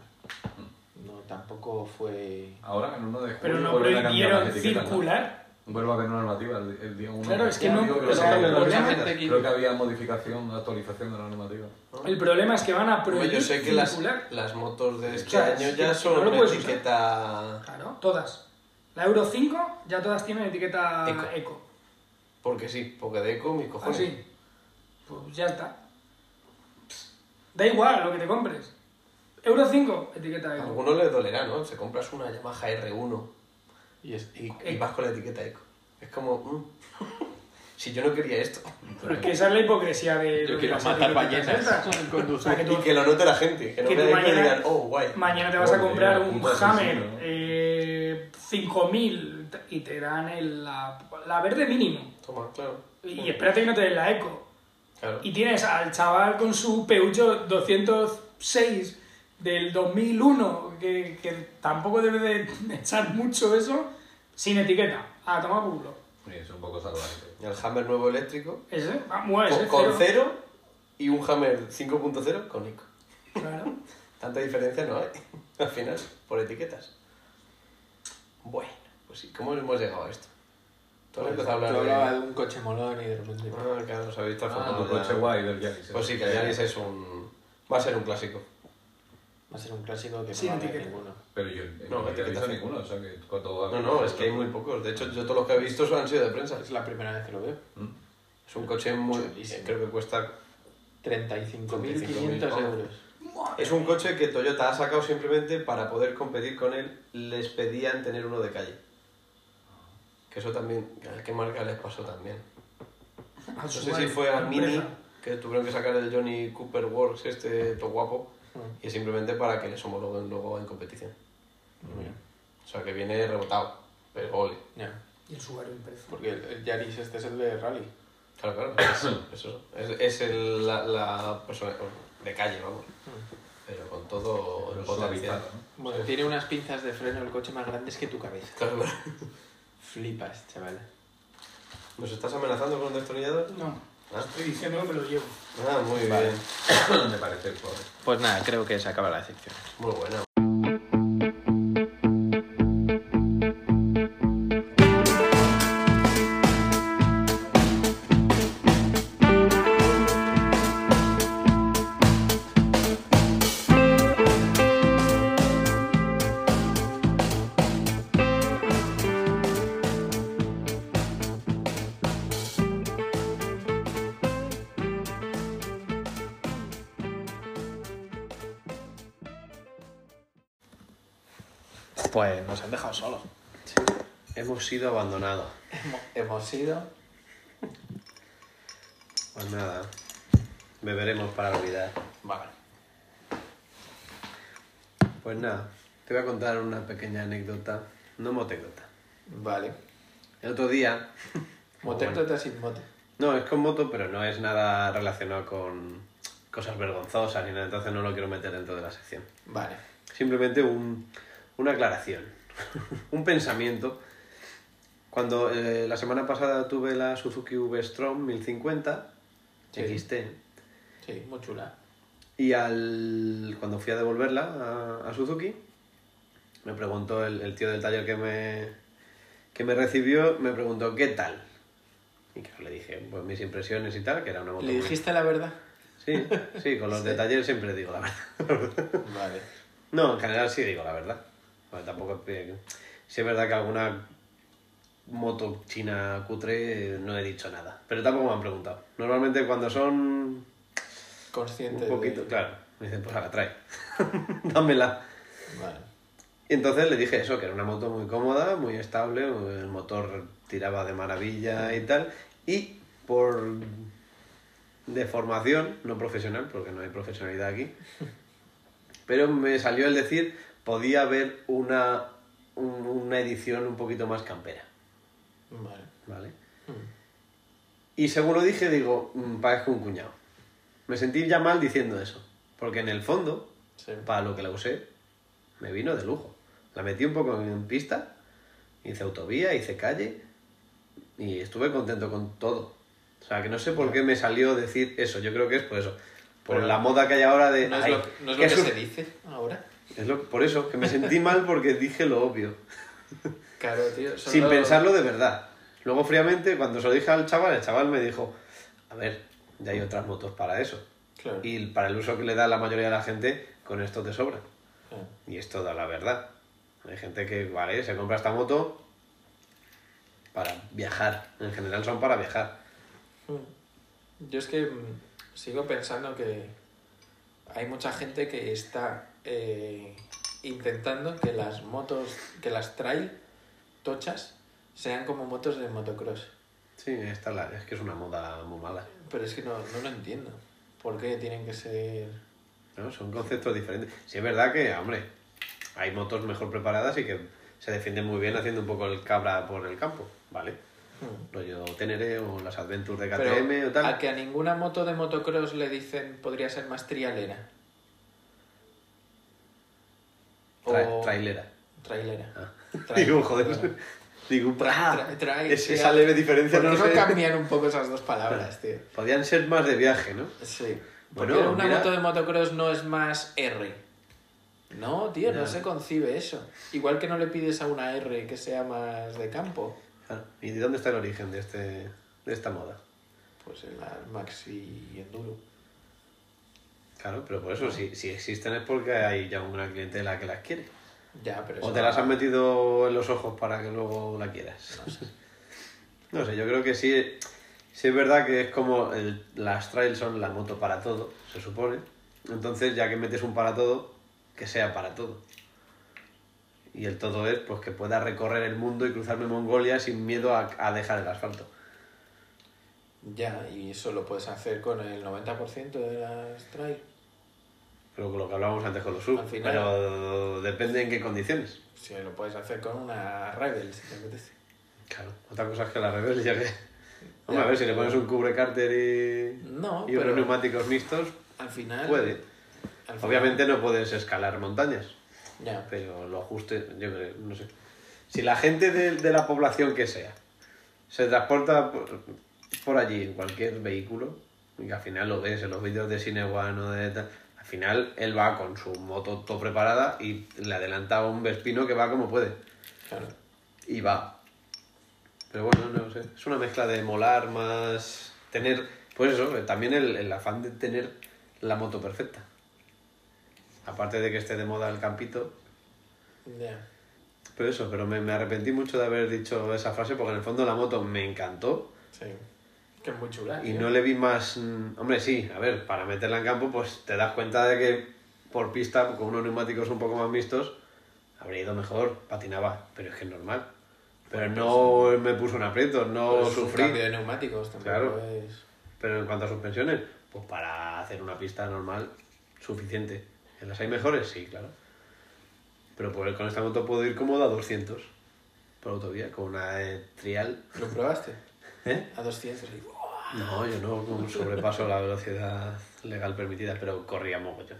No, tampoco fue...
Ahora en uno de julio.
Pero no
vuelven a cambiar
prohibieron
las etiquetas, ¿no?
circular.
Vuelve a haber una normativa el, el día 1.
Claro, es que no-
Creo que,
o sea,
había
el
dos
problema-
etiquetas. Creo que había modificación, actualización de la normativa.
El problema es que van a
Hombre,
prohibir
yo sé que las,
circular.
las motos de este
sea,
año
es que
ya
no
son
lo
una
puedes usar.
etiqueta.
Claro, todas. La Euro 5 ya todas tienen etiqueta
Eco.
eco.
Porque sí, porque de eco,
Ah,
mis cojones.
Así. Pues ya está. Da igual lo que te compres. Euro 5, etiqueta
A
eco.
algunos les dolerá, ¿no? Se compras una Yamaha R1
Y es-
y, y
Eco.
vas con la etiqueta eco. Es como, mm, si yo no quería esto.
Pero es que esa es la hipocresía de.
Yo
de
quiero
las
matar
etiquetas
ballenas
esas.
al
O sea, que
conducir.
tú
Y que lo note la gente, que no
Que
vea
tú
eco y
mañana-
digan, oh, guay.
Mañana te vas a
Joder,
comprar
un
un
puto
Hammer
asesino, ¿no?
eh, 5000 y te dan el- la, la verde mínimo.
Toma, claro.
Y espérate que no te den la eco.
Claro.
Y tienes al chaval con su Peugeot 206 del 2001, que, que tampoco debe de echar mucho eso, sin etiqueta. A tomar por culo.
Sí, es un poco salvaje.
Y el Hammer nuevo eléctrico,
Ese, vamos,
con,
ese.
con cero, y un Hammer 5.0 con eco.
Claro.
Tanta diferencia no hay, al final, por etiquetas. Bueno, pues sí, ¿cómo hemos llegado a esto? Tú has
Pues,
empezado a
yo hablaba
hablar
de
de...
un coche molón y de repente...
Ah, claro, os habéis
Ah,
transformado
tu
ya.
coche guay del Yaris.
Pues sí, que el Yaris es un... va a ser un clásico.
Va a ser un clásico que
Sin
no va a haber
etiqueta.
ninguno.
Pero yo
No,
no, no he
etiqueta
visto
cero.
ninguno, o sea que cuando...
No, no, es que hay muy pocos. De hecho, yo todos los que he visto han sido de prensa.
Es la primera vez que lo veo.
Es un coche muy...
Chulísimo.
creo que cuesta
35.500
35.000
euros.
Es un coche que Toyota ha sacado simplemente para poder competir con él. Les pedían tener uno de calle. Que eso también, ¿a qué marca les pasó también?
Al
No sé
Subaru,
si fue a
la
Mini,
empresa.
que tuvieron que sacar el Johnny Cooper Works, este todo guapo,
Mm.
y simplemente para que les homologuen luego en competición. O sea que viene rebotado, pero ole.
Ya,
Y el Subaru Impreza.
porque el, el Yaris este es el de rally.
Claro, claro, es, es eso. Es, es el- la, la persona de calle, vamos. Pero con todo el potencial.
Bueno, tiene unas pinzas de freno el coche más grandes que tu cabeza.
Claro, claro.
Flipas, chaval.
¿Nos estás amenazando con un destornillador?
No,
Ah,
estoy diciendo que me lo llevo.
ah, muy
Vale.
bien.
Me parece el pobre.
Pues nada, creo que se acaba la sección.
Muy buena.
pues nos han dejado solos.
Hemos sido abandonados.
Hemos, hemos sido.
Pues nada, beberemos para olvidar.
Vale.
Pues nada, te voy a contar una pequeña anécdota, no motecota.
Vale.
El otro día,
Motéctota sin mote.
no, es con moto, pero no es nada relacionado con cosas vergonzosas ni nada, entonces no lo quiero meter dentro de la sección.
Vale.
Simplemente un- una aclaración, un pensamiento. Cuando eh, la semana pasada tuve la Suzuki V-Strom 1050
Sí.
XT
Sí, muy chula.
y al, cuando fui a devolverla a, a Suzuki, me preguntó el, el tío del taller que me, que me recibió, me preguntó qué tal. Y claro, le dije pues, mis impresiones y tal, que era una moto.
¿Le
muy-
dijiste la verdad?
Sí, sí, con los
Sí.
detalles siempre digo la verdad.
Vale.
No, en general sí digo la verdad. Bueno, tampoco Si es verdad que alguna moto china cutre eh, no he dicho nada. Pero tampoco me han preguntado. Normalmente cuando son
Consciente.
un poquito,
de-
claro, me dicen, pues la trae. Dámela.
Vale.
Y entonces le dije eso, que era una moto muy cómoda, muy estable, el motor tiraba de maravilla y tal. Y por deformación, no profesional, porque no hay profesionalidad aquí, pero me salió el decir, podía haber una, un- una edición un poquito más campera,
Vale.
¿vale?
Mm.
Y según lo dije, digo, "Mm, parezco un cuñado. Me sentí ya mal diciendo eso, porque en el fondo
Sí.
para lo que la usé, me vino de lujo. La metí un poco en pista, hice autovía, hice calle y estuve contento con todo. O sea, que no sé por qué me salió decir eso. Yo creo que es por eso. Por
Pero
la moda que hay ahora de...
No es
"Ay,
lo, no es lo
qué
que
sur-".
se dice ahora.
Es lo- por eso, que me sentí mal porque dije lo obvio.
Claro, tío. son
sin
los-
pensarlo de verdad. Luego fríamente, cuando se lo dije al chaval, el chaval me dijo, a ver, ya hay otras motos para eso.
Claro.
Y para el uso que le da la mayoría de la gente, con esto te sobra.
Claro.
Y es toda la verdad. Hay gente que, vale, se compra esta moto para viajar. En general son para viajar.
Mm. Yo es que mm, sigo pensando que hay mucha gente que está eh, intentando que las motos, que las trail tochas, sean como motos de motocross.
Sí, esta es la- es que es una moda muy mala.
Pero es que no, no lo entiendo. ¿Por qué tienen que ser...?
¿no? Son conceptos diferentes. Sí, es verdad que, hombre, hay motos mejor preparadas y que se defienden muy bien haciendo un poco el cabra por el campo, ¿vale?
Mm.
Rollo Tenere o las Adventures de
Pero
KTM o tal.
a que a ninguna moto de motocross le dicen podría ser más trialera.
Tra- trailera.
Trailera.
Ah.
Trail,
Digo, joder.
claro.
Digo, ¡bra!
Tra- trail,
Es-
sí,
esa
a-
leve diferencia
Ah, ¿Por
no
qué
lo
no
sé.
cambian un poco esas dos palabras, tío?
Podían ser más de viaje, ¿no?
Sí.
Bueno,
Porque una
mira.
moto de motocross no es más R. No, tío, no
Ya.
se concibe eso. Igual que no le pides a una R que sea más de campo,
Claro. ¿Y de dónde está el origen de, este, de esta moda?
pues en la Maxi Enduro.
Claro, pero por eso, si, si existen es porque hay ya una clientela que las quiere.
Ya, pero
O
eso
te
no-
las han metido en los ojos para que luego la quieras. No sé, yo creo que sí, sí es verdad que es como el- las trails son la moto para todo, se supone. Entonces, ya que metes un para todo, que sea para todo. Y el todo es pues que pueda recorrer el mundo y cruzarme Mongolia sin miedo a, a dejar el asfalto.
Ya, y eso lo puedes hacer con el 90% de las trail.
Pero con lo que hablábamos antes con los sub.
Al final-
Pero depende en qué condiciones.
Si lo puedes hacer con una Rebel, si te apetece.
Claro, otra cosa es que la rebelde ya que...
Ya,
Hombre, a ver, si le
pero-
pones un cubre cárter y,
No,
y unos
pero-
neumáticos mixtos,
Al final.
puede.
al final-
Obviamente no puedes escalar montañas,
Ya,
pero lo ajuste, yo creo, no sé. Si la gente de, de la población que sea se transporta por, por allí en cualquier vehículo, y que al final lo ves en los vídeos de Cinewan o de tal, al final él va con su moto todo preparada y le adelanta a un Vespino que va como puede.
claro.
Y va. Pero bueno, no sé. Es una mezcla de molar más. Tener. Pues eso, también el, el afán de tener la moto perfecta. Aparte de que esté de moda el campito.
Ya.
Pero eso, pero me, me arrepentí mucho de haber dicho esa frase porque en el fondo la moto me encantó
Sí. Que es muy chula.
y
tío.
no le vi más. mm, Hombre, sí, a ver, para meterla en campo, pues te das cuenta de que por pista, con unos neumáticos un poco más mixtos, habría ido mejor, patinaba, pero es que es normal. Pero no me puso un aprieto, no
Pues un
sufrí.
cambio de neumáticos también.
Claro.
pues.
Pero en cuanto a suspensiones, pues para hacer una pista normal, suficiente. ¿En las hay mejores? Sí, claro. Pero pues con esta moto puedo ir cómodo a 200 por autovía, con una eh, trial.
¿Lo probaste?
¿Eh?
A 200. y-
No, yo no como sobrepaso la velocidad legal permitida, pero corría mogollón.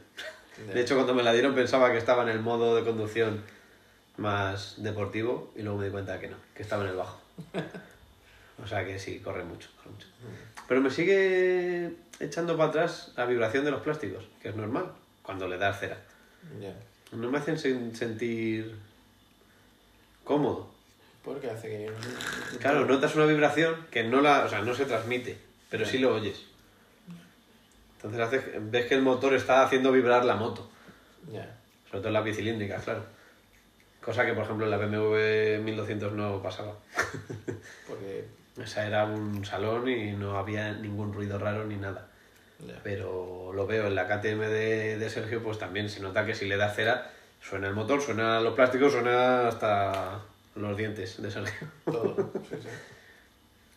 De hecho, cuando me la dieron pensaba que estaba en el modo de conducción más deportivo y luego me di cuenta que no, que estaba en el bajo. O sea que sí, corre mucho, corre mucho. Pero me sigue echando para atrás la vibración de los plásticos, que es normal cuando le das cera.
Ya.
No me hacen sen- sentir cómodo.
Porque hace que yo no.
Claro, notas una vibración que no la, o sea, no se transmite, pero sí lo oyes. Entonces haces- ves que el motor está haciendo vibrar la moto.
Ya.
Sobre todo en las bicilíndricas, claro. Cosa que, por ejemplo, en la BMW 1200 no pasaba.
Porque.
Esa era un salón y no había ningún ruido raro ni nada.
Ya.
Pero lo veo en la KTM de, de Sergio, pues también se nota que si le das cera, suena el motor, suena los plásticos, suena hasta los dientes de Sergio.
Todo. Sí, sí.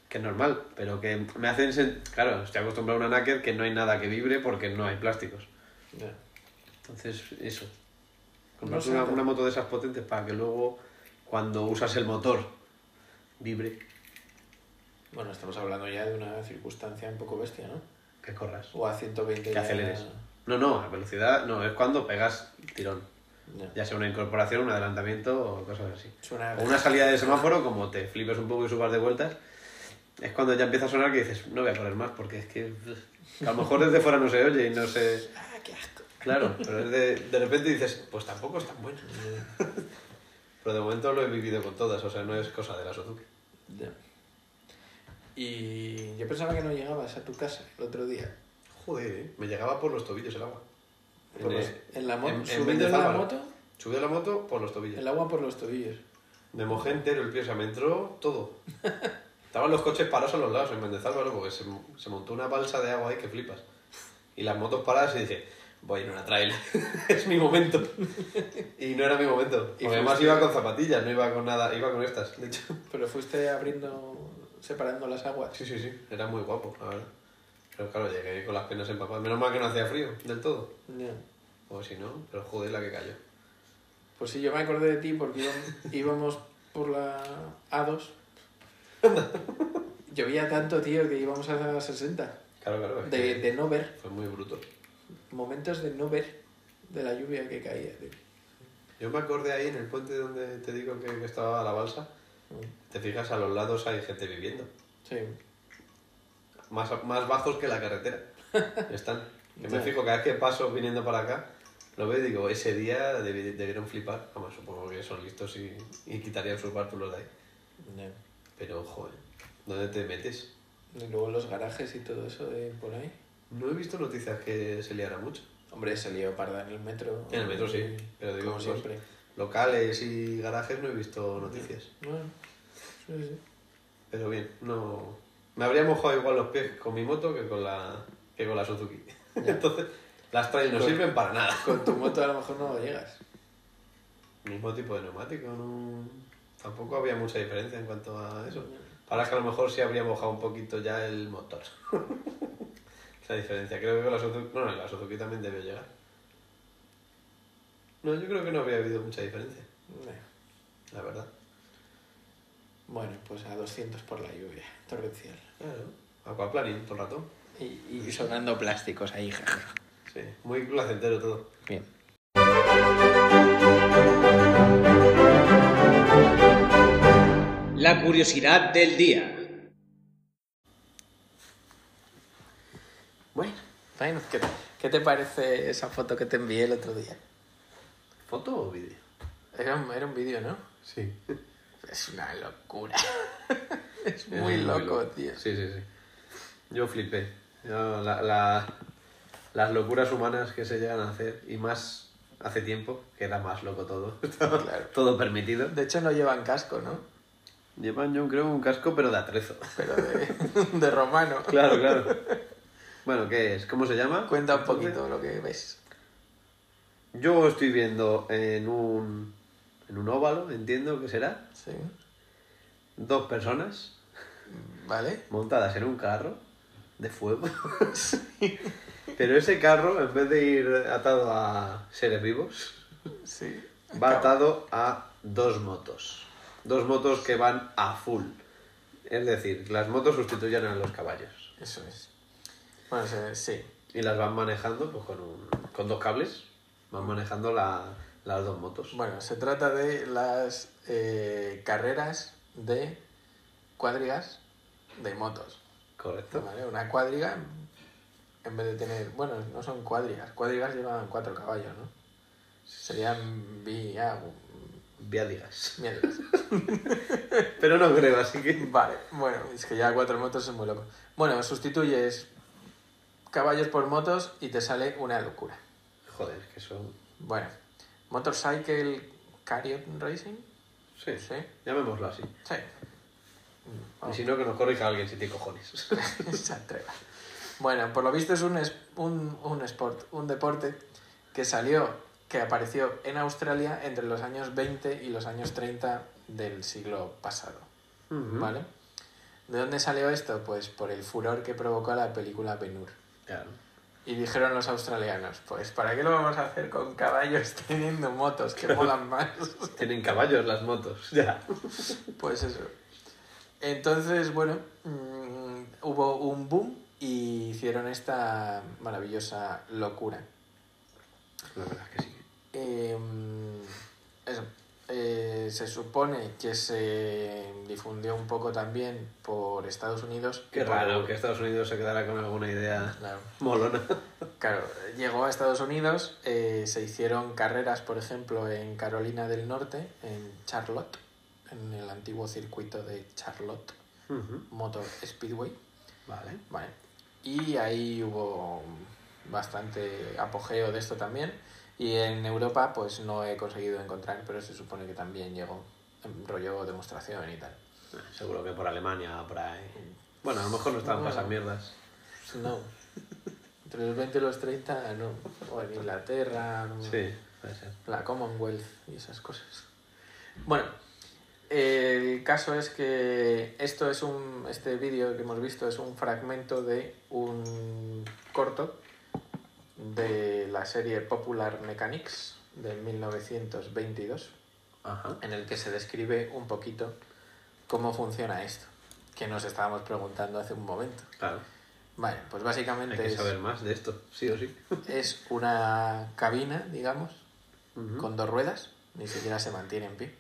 Que es normal, pero que me hacen... sen- Claro, estoy acostumbrado a una Naked que no hay nada que vibre porque no hay plásticos.
Ya.
Entonces, eso.
No
Comprarte
sé,
una,
te-
una moto de esas potentes para que luego, cuando usas el motor, vibre,
Bueno, estamos hablando ya de una circunstancia un poco bestia, ¿no?
que corras,
O a 120.
que
ya-
aceleres. No, no, a velocidad, no, es cuando pegas tirón.
Ya.
Ya sea una incorporación, un adelantamiento o cosas así.
Suena.
O una salida de semáforo, como te flipes un poco y subas de vueltas, es cuando ya empieza a sonar que dices, no voy a correr más porque es que ugh". a lo mejor desde fuera no se oye y no se...
Ah, qué asco.
Claro, pero es de, de repente dices,
Pues tampoco es tan bueno.
pero de momento lo he vivido con todas, o sea, no es cosa de la Suzuki.
Ya. Y yo pensaba que no llegabas a tu casa el otro día.
Joder, ¿eh? me llegaba por los tobillos el agua.
Por
En,
los-
eh,
en la moto.
en- en
subiendo en la
Mendizábal.
moto,
Subí de la moto por los tobillos.
el agua por los tobillos.
Me mojé entero el pie, o sea, me entró todo. Estaban los coches parados a los lados en Mendezábal, porque se, se montó una balsa de agua ahí que flipas. Y las motos paradas y dije, voy en una trail, es mi momento. Y no era mi momento. Y
Joder,
además
sí.
iba con zapatillas, no iba con nada, iba con estas, de hecho.
Pero fuiste abriendo, separando las aguas.
Sí, sí, sí, era muy guapo, la verdad. Pero claro, llegué con las penas empapadas. Menos mal que no hacía frío, del todo.
Ya.
O si no, pero joder la que cayó.
Pues sí, yo me acordé de ti porque íbam- íbamos por la A2. Llovía tanto, tío, que íbamos a la 60.
Claro, claro. es
De,
que
de no ver,
Fue muy bruto.
momentos de no ver de la lluvia que caía. tío.
Yo me acordé ahí en el puente donde te digo que, que estaba la balsa. Te fijas, a los lados hay gente viviendo.
Sí,
Más, más bajos que la carretera. Están. Que me
Ya.
fijo, cada vez que paso viniendo para acá, lo veo y digo, ese día debi- debieron flipar. Además, supongo que son listos y, y quitarían sus bártulos de ahí.
ya.
Pero, joder, ¿dónde te metes?
Y luego los garajes y todo eso de por ahí.
No he visto noticias que se liara mucho.
Hombre, se lió parda en el metro.
En el metro sí, pero digo,
Ah, como
pues,
siempre.
Locales y garajes no he visto noticias.
Bueno, sí, sí.
Pero bien, no. Me habría mojado igual los pies con mi moto que con la, que con la Suzuki. Entonces, las trail no
Con-
sirven para nada.
Con tu moto a lo mejor no llegas.
Mismo tipo de neumático, no. Tampoco había mucha diferencia en cuanto a eso. Ahora que a lo mejor sí habría mojado un poquito ya el motor. Esa diferencia. Creo que con la Suzuki. Bueno, la Suzuki también debió llegar. No, yo creo que no habría habido mucha diferencia,
Bueno.
la verdad.
Bueno, pues a 200 por la lluvia, torrencial.
Claro. Aquaplaning, todo el rato.
Y, y sonando plásticos ahí, jaja.
Sí. Muy placentero todo.
Bien.
La curiosidad del día.
Bueno. ¿qué, qué te parece esa foto que te envié el otro día?
¿Foto o vídeo?
Era un, era un vídeo, ¿no?
Sí.
Es una locura. es muy loco, tío.
Sí, sí, sí. Yo flipé. Yo, la- la- las locuras humanas que se llegan a hacer, y más hace tiempo, que era más loco todo. Estaba
Claro.
Todo permitido.
De hecho, no llevan casco, ¿no?
Llevan, yo creo, un casco, pero de atrezo.
Pero de, de romano.
Claro, claro. Bueno, ¿qué es? ¿Cómo se llama?
Cuenta un
Entonces,
poquito lo que ves.
Yo estoy viendo en un en un óvalo, entiendo que será,
Sí.
dos personas
Vale.
montadas en un carro de fuego. Pero ese carro, en vez de ir atado a seres vivos,
Sí.
va atado a dos motos. Dos motos que van a full. Es decir, las motos sustituyen a los caballos.
Eso es. Bueno, se- sí.
Y las van manejando pues, con, un- con dos cables. Van manejando la- las dos motos.
Bueno, se trata de las eh, carreras de cuadrigas de motos.
Correcto.
¿vale? Una cuadriga, en vez de tener. Bueno, no son cuadrigas. Cuadrigas llevan cuatro caballos, ¿no? Serían bi. ah,
Viádigas.
mierdas.
Pero no creo, así que.
Vale, bueno, es que ya cuatro motos es muy loco. Bueno, sustituyes caballos por motos y te sale una locura.
Joder, que son.
Bueno, Motorcycle Carriot Racing,
Sí,
¿sí?
llamémoslo así.
Sí.
Y si no, que nos corrija alguien si tiene cojones.
Se atreva. Bueno, por lo visto es un, es- un, un sport, un deporte que salió, que apareció en Australia entre los años 20 y los años 30 del siglo pasado.
Ujú.
¿Vale? ¿De dónde salió esto? Pues por el furor que provocó la película Ben-Hur.
Claro.
Y dijeron los australianos, pues ¿para qué lo vamos a hacer con caballos teniendo motos que molan más?
Tienen caballos las motos, ya.
Pues eso. Entonces, bueno, mm, hubo un boom y hicieron esta maravillosa locura.
La verdad es que sí.
Eh, eso. Eh, se supone que se difundió un poco también por Estados Unidos.
Qué
Por-
raro que Estados Unidos se quedara con alguna idea
Claro.
molona.
Claro, llegó a Estados Unidos, eh, se hicieron carreras, por ejemplo, en Carolina del Norte, en Charlotte, en el antiguo circuito de Charlotte Motor Speedway.
Vale.
Vale. Y ahí hubo bastante apogeo de esto también. Y en Europa, pues no he conseguido encontrar, pero se supone que también llegó en rollo demostración y tal.
Seguro que por Alemania, por ahí. Bueno, a lo mejor no estaban
Bueno.
pasas mierdas.
No. Entre los 20 y los 30, no. O en Inglaterra. no.
Sí, puede ser.
la Commonwealth y esas cosas. Bueno, el caso es que esto es un este vídeo que hemos visto es un fragmento de un corto de la serie Popular Mechanics de 1922
Ajá.
en el que se describe un poquito cómo funciona esto que nos estábamos preguntando hace un momento.
Claro.
Vale, pues
Hay
básicamente
que
es-
saber más de esto, sí o sí.
es una cabina, digamos,
Ujú.
con dos ruedas, ni siquiera se mantiene en pie,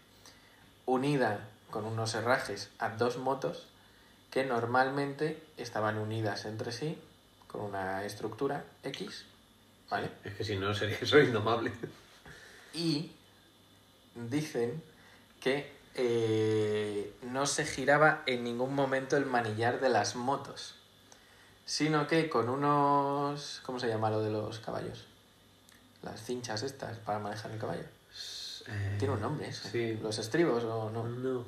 unida con unos herrajes a dos motos que normalmente estaban unidas entre sí con una estructura X, ¿vale?
Es que si no sería eso indomable.
Y dicen que eh, no se giraba en ningún momento el manillar de las motos, sino que con unos... ¿Cómo se llama lo de los caballos? Las cinchas estas para manejar el caballo.
Eh,
Tiene un nombre eso.
Sí.
Los estribos o no.
No.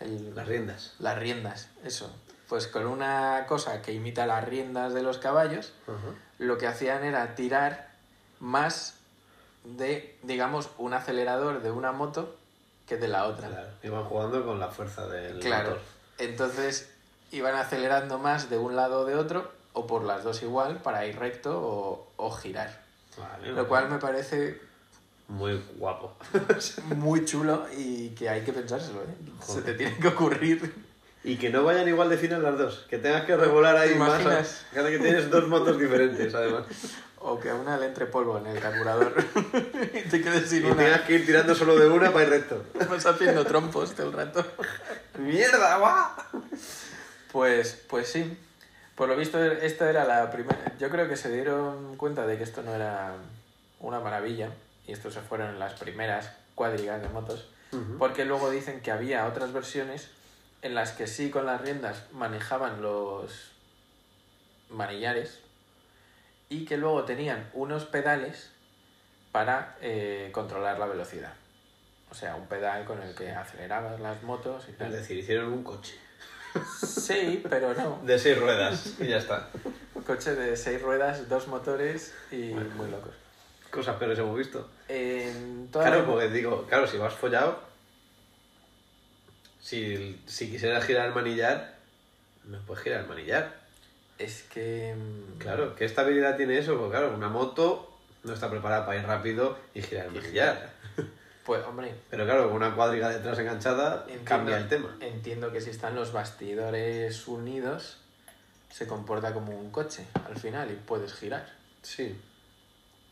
El-
Las riendas.
las riendas, eso. Pues con una cosa que imita las riendas de los caballos,
Ajá.
lo que hacían era tirar más de, digamos, un acelerador de una moto que de la otra.
Claro. Iban jugando con la fuerza del
Claro.
motor.
Entonces iban acelerando más de un lado o de otro, o por las dos igual, para ir recto o, o girar.
Vale.
Lo cual me parece
Muy guapo.
muy chulo y que hay que pensárselo, ¿eh? Se
Joder.
te tiene que ocurrir
Y que no vayan igual de finas las dos. Que tengas que regular ahí
¿Te
más.
imaginas?
Cada que tienes dos motos diferentes, además.
O que a una le entre polvo en el carburador y te quedes
Y
sin
tengas
una.
que ir tirando solo de una para ir recto.
Vas haciendo trompos todo el rato.
¡Mierda, guau!
Pues, pues sí. Por lo visto, esta era la primera. Yo creo que se dieron cuenta de que esto no era una maravilla. Y estos se fueron las primeras cuadrigas de motos. Porque luego dicen que había otras versiones en las que sí con las riendas manejaban los manillares. Y que luego tenían unos pedales para eh, controlar la velocidad. O sea, un pedal con el que acelerabas las motos y
Es
tal.
decir, hicieron un coche.
Sí, pero no.
De seis ruedas. Y ya está.
Coche de seis ruedas, dos motores y muy locos.
Cosas peores hemos visto.
En toda
Claro,
la-
porque digo, claro, si vas follado, si, si quisieras girar el manillar, no puedes girar el manillar.
Es que. mm,
Claro, ¿qué estabilidad tiene eso? Porque claro, una moto no está preparada para ir rápido y girar el manillar.
Pues, hombre.
Pero claro, con una cuadriga detrás enganchada,
entiendo-
cambia el tema.
Entiendo que si están los bastidores unidos, se comporta como un coche al final y puedes girar
Sí.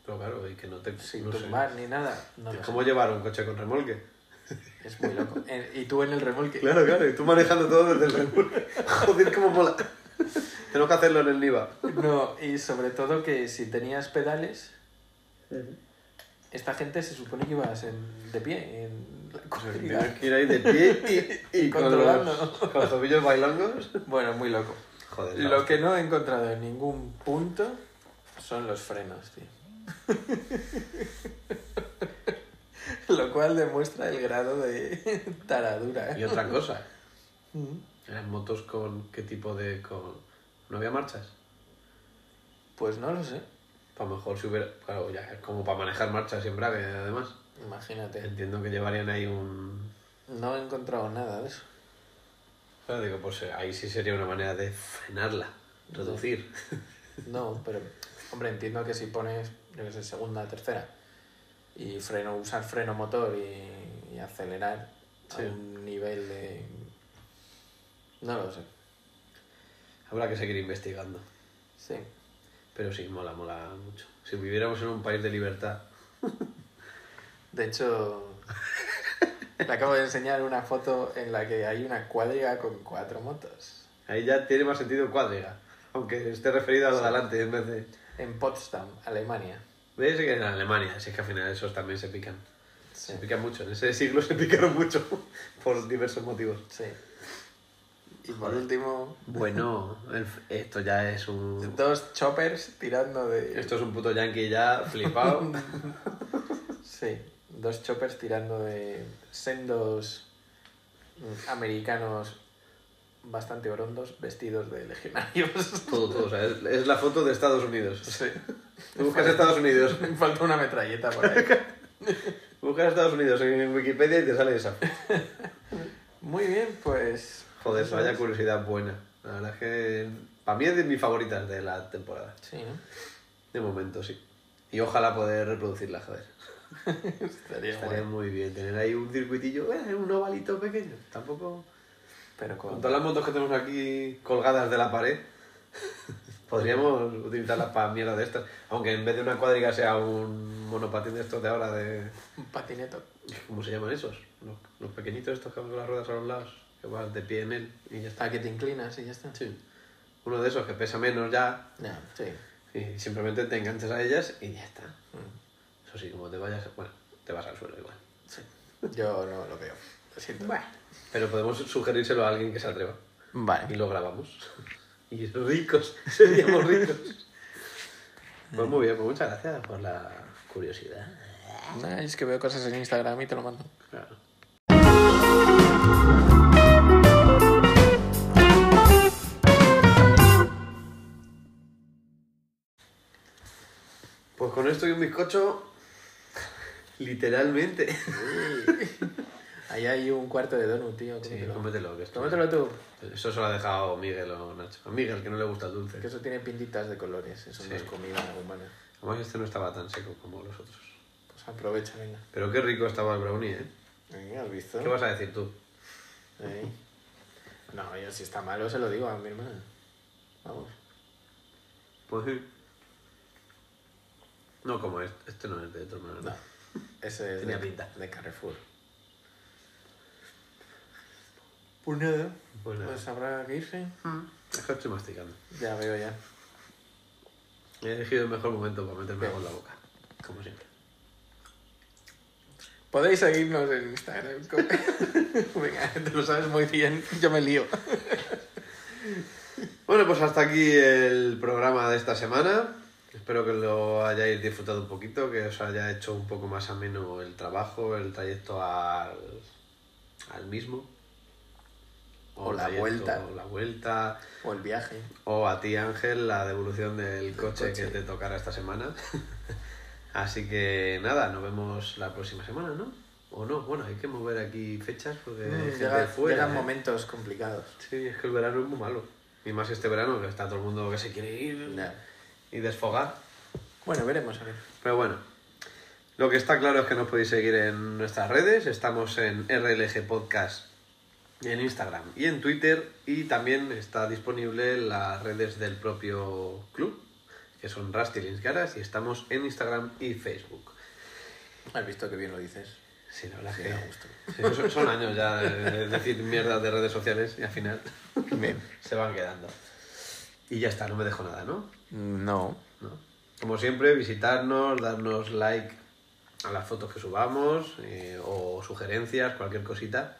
Pero claro, y que no te...
sin
no sé.
tumbar ni nada. No lo
Es como llevar un coche con remolque.
sé. Es muy loco. Eh, y tú en el remolque.
Claro, claro, y tú manejando todo desde el remolque. Joder, cómo mola. Tengo que hacerlo en el Niva.
No, y sobre todo que si tenías pedales, esta gente se supone que ibas en- de pie, en la
Pues
cuadriga.
Tienes que ir ahí de pie y, y con, los,
Controlando.
con los tobillos bailongos.
Bueno, muy loco.
Joder, la
Lo
hostia.
que no he encontrado en ningún punto son los frenos, tío. Lo cual demuestra el grado de taradura. ¿eh?
Y otra cosa,
Mm.
las motos con qué tipo de... Con... ¿No había marchas?
Pues
Pues
no lo sé.
A lo mejor si hubiera... Claro, ya es como para manejar marchas sin embrague, además.
Imagínate.
Entiendo que llevarían ahí un...
No he encontrado nada de eso.
Claro, digo, pues eh, ahí sí sería una manera de frenarla, reducir.
No, pero, hombre, entiendo que si pones, yo qué sé, segunda, tercera, y freno, usar freno motor y, y acelerar
Sí.
a un nivel de... No lo sé.
Habrá que seguir investigando.
Sí.
Pero sí, mola, mola mucho. Si viviéramos en un país de libertad.
De hecho, le acabo de enseñar una foto en la que hay una cuadriga con cuatro motos.
Ahí ya tiene más sentido cuadriga. Aunque esté referido a lo de adelante en vez de...
En Potsdam, Alemania.
¿Ves que en Alemania? Si es que al final esos también se pican.
Sí.
Se pican mucho. En ese siglo se picaron mucho por diversos motivos.
Sí. Y por último,
Bueno, el f- esto ya es un...
dos choppers tirando de...
Esto es un puto yankee ya flipado.
Sí, dos choppers tirando de sendos mm, americanos bastante orondos vestidos de legionarios.
todo, todo. O sea, es, es la foto de Estados Unidos.
Sí.
Tú buscas Estados Unidos.
Me falta una metralleta por ahí.
Buscas Estados Unidos en Wikipedia y te sale esa.
Muy bien, pues.
Joder, vaya curiosidad buena. La verdad es que para mí es de mis favoritas de la temporada.
Sí, ¿no?
De momento, sí. Y ojalá poder reproducirla, joder.
Estaría
Estaría
bueno.
muy bien tener ahí un circuitillo, eh, un ovalito pequeño. Tampoco...
Pero
Con
con.
todas las motos que tenemos aquí colgadas de la pared, podríamos utilizarlas para mierda de estas. Aunque en vez de una cuadriga sea un monopatín de estos de ahora de...
Un patineto.
¿Cómo se llaman esos? Los, los pequeñitos estos que van con las ruedas a los lados, que vas de pie en él y ya está.
Ah, que te inclinas y ya está.
Sí. Uno de esos que pesa menos ya,
No, sí.
Y simplemente te enganchas a ellas y ya está. Eso sí, como te vayas, bueno, te vas al suelo igual.
sí. Yo no lo veo. Lo siento.
Pero podemos sugerírselo a alguien que se atreva. Y
Vale.
lo grabamos. Y ricos, seríamos ricos. Pues muy bien, pues muchas gracias por la curiosidad.
Nah, Ah, es que veo cosas en Instagram y te lo mando.
Claro. Pues con esto y un bizcocho, literalmente.
Ahí hay un cuarto de donut, tío.
Sí,
cómetelo.
cómetelo. Que esto-
Cómetelo tú.
Eso se lo ha dejado Miguel o Nacho. A Miguel, que no le gusta el dulce.
Que eso tiene pintitas de colores, eso
Sí.
no es comida humana.
Además, este no estaba tan seco como los otros.
Pues aprovecha, venga.
Pero qué rico estaba el brownie, ¿eh?
Venga, ¿has visto?
¿Qué vas a decir tú?
Ahí. No, yo si está malo se lo digo a mi hermana. Vamos.
Pues sí. No como este. Este no es de otro manera.
No. Ese es
Tenía
de,
pinta.
de Carrefour. Pues nada.
Pues nada.
Pues habrá que irse.
Es que estoy masticando.
Ya veo ya.
He elegido el mejor momento para meterme
Bien.
algo en la boca. Como siempre.
Podéis seguirnos en Instagram. como- venga, te lo sabes muy bien. Yo me lío.
Bueno, pues hasta aquí el programa de esta semana. Espero que lo hayáis disfrutado un poquito, que os haya hecho un poco más ameno el trabajo, el trayecto al, al mismo.
O
el
la
trayecto-
vuelta.
O la vuelta.
O el viaje.
O a ti, Ángel, la devolución del coche,
coche.
que te tocará esta semana. Así que nada, nos vemos la próxima semana, ¿no? O no, bueno, hay que mover aquí fechas porque hay Eh, gente
Mm, Llega-
fuera,
llegan
¿eh?
momentos complicados.
Sí, es que el verano es muy malo. Y más este verano que está todo el mundo que se quiere ir y desfogar.
Bueno, veremos a ver.
Pero bueno, lo que está claro es que nos podéis seguir en nuestras redes. Estamos en RLG Podcast en Instagram y en Twitter. Y también está disponible las redes del propio club, que son Rusty Lins Garas. Y estamos en Instagram y Facebook.
Has visto que bien lo dices.
Sí, la verdad
Sí,
que
da gusto.
Sí, son, son años ya de de decir mierda de redes sociales y al final se van quedando. Y ya está, no me dejo nada, ¿no?
No.
¿no? Como siempre, visitarnos, darnos like a las fotos que subamos eh, o sugerencias, cualquier cosita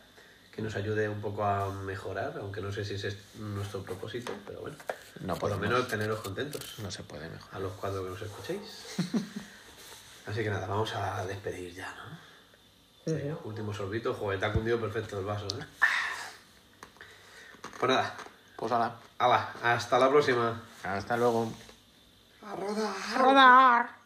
que nos ayude un poco a mejorar, aunque no sé si ese es nuestro propósito, pero bueno,
No
por lo
podemos.
menos teneros contentos
No se puede mejor.
a los cuatro que nos escuchéis. Así que nada, vamos a despedir ya, ¿no? Venga, último sorbito, joder, te ha cundido perfecto el vaso, ¿eh? Pues nada,
Pues hala.
hala, hasta la próxima.
Hasta luego.
A rodar.
Rodar.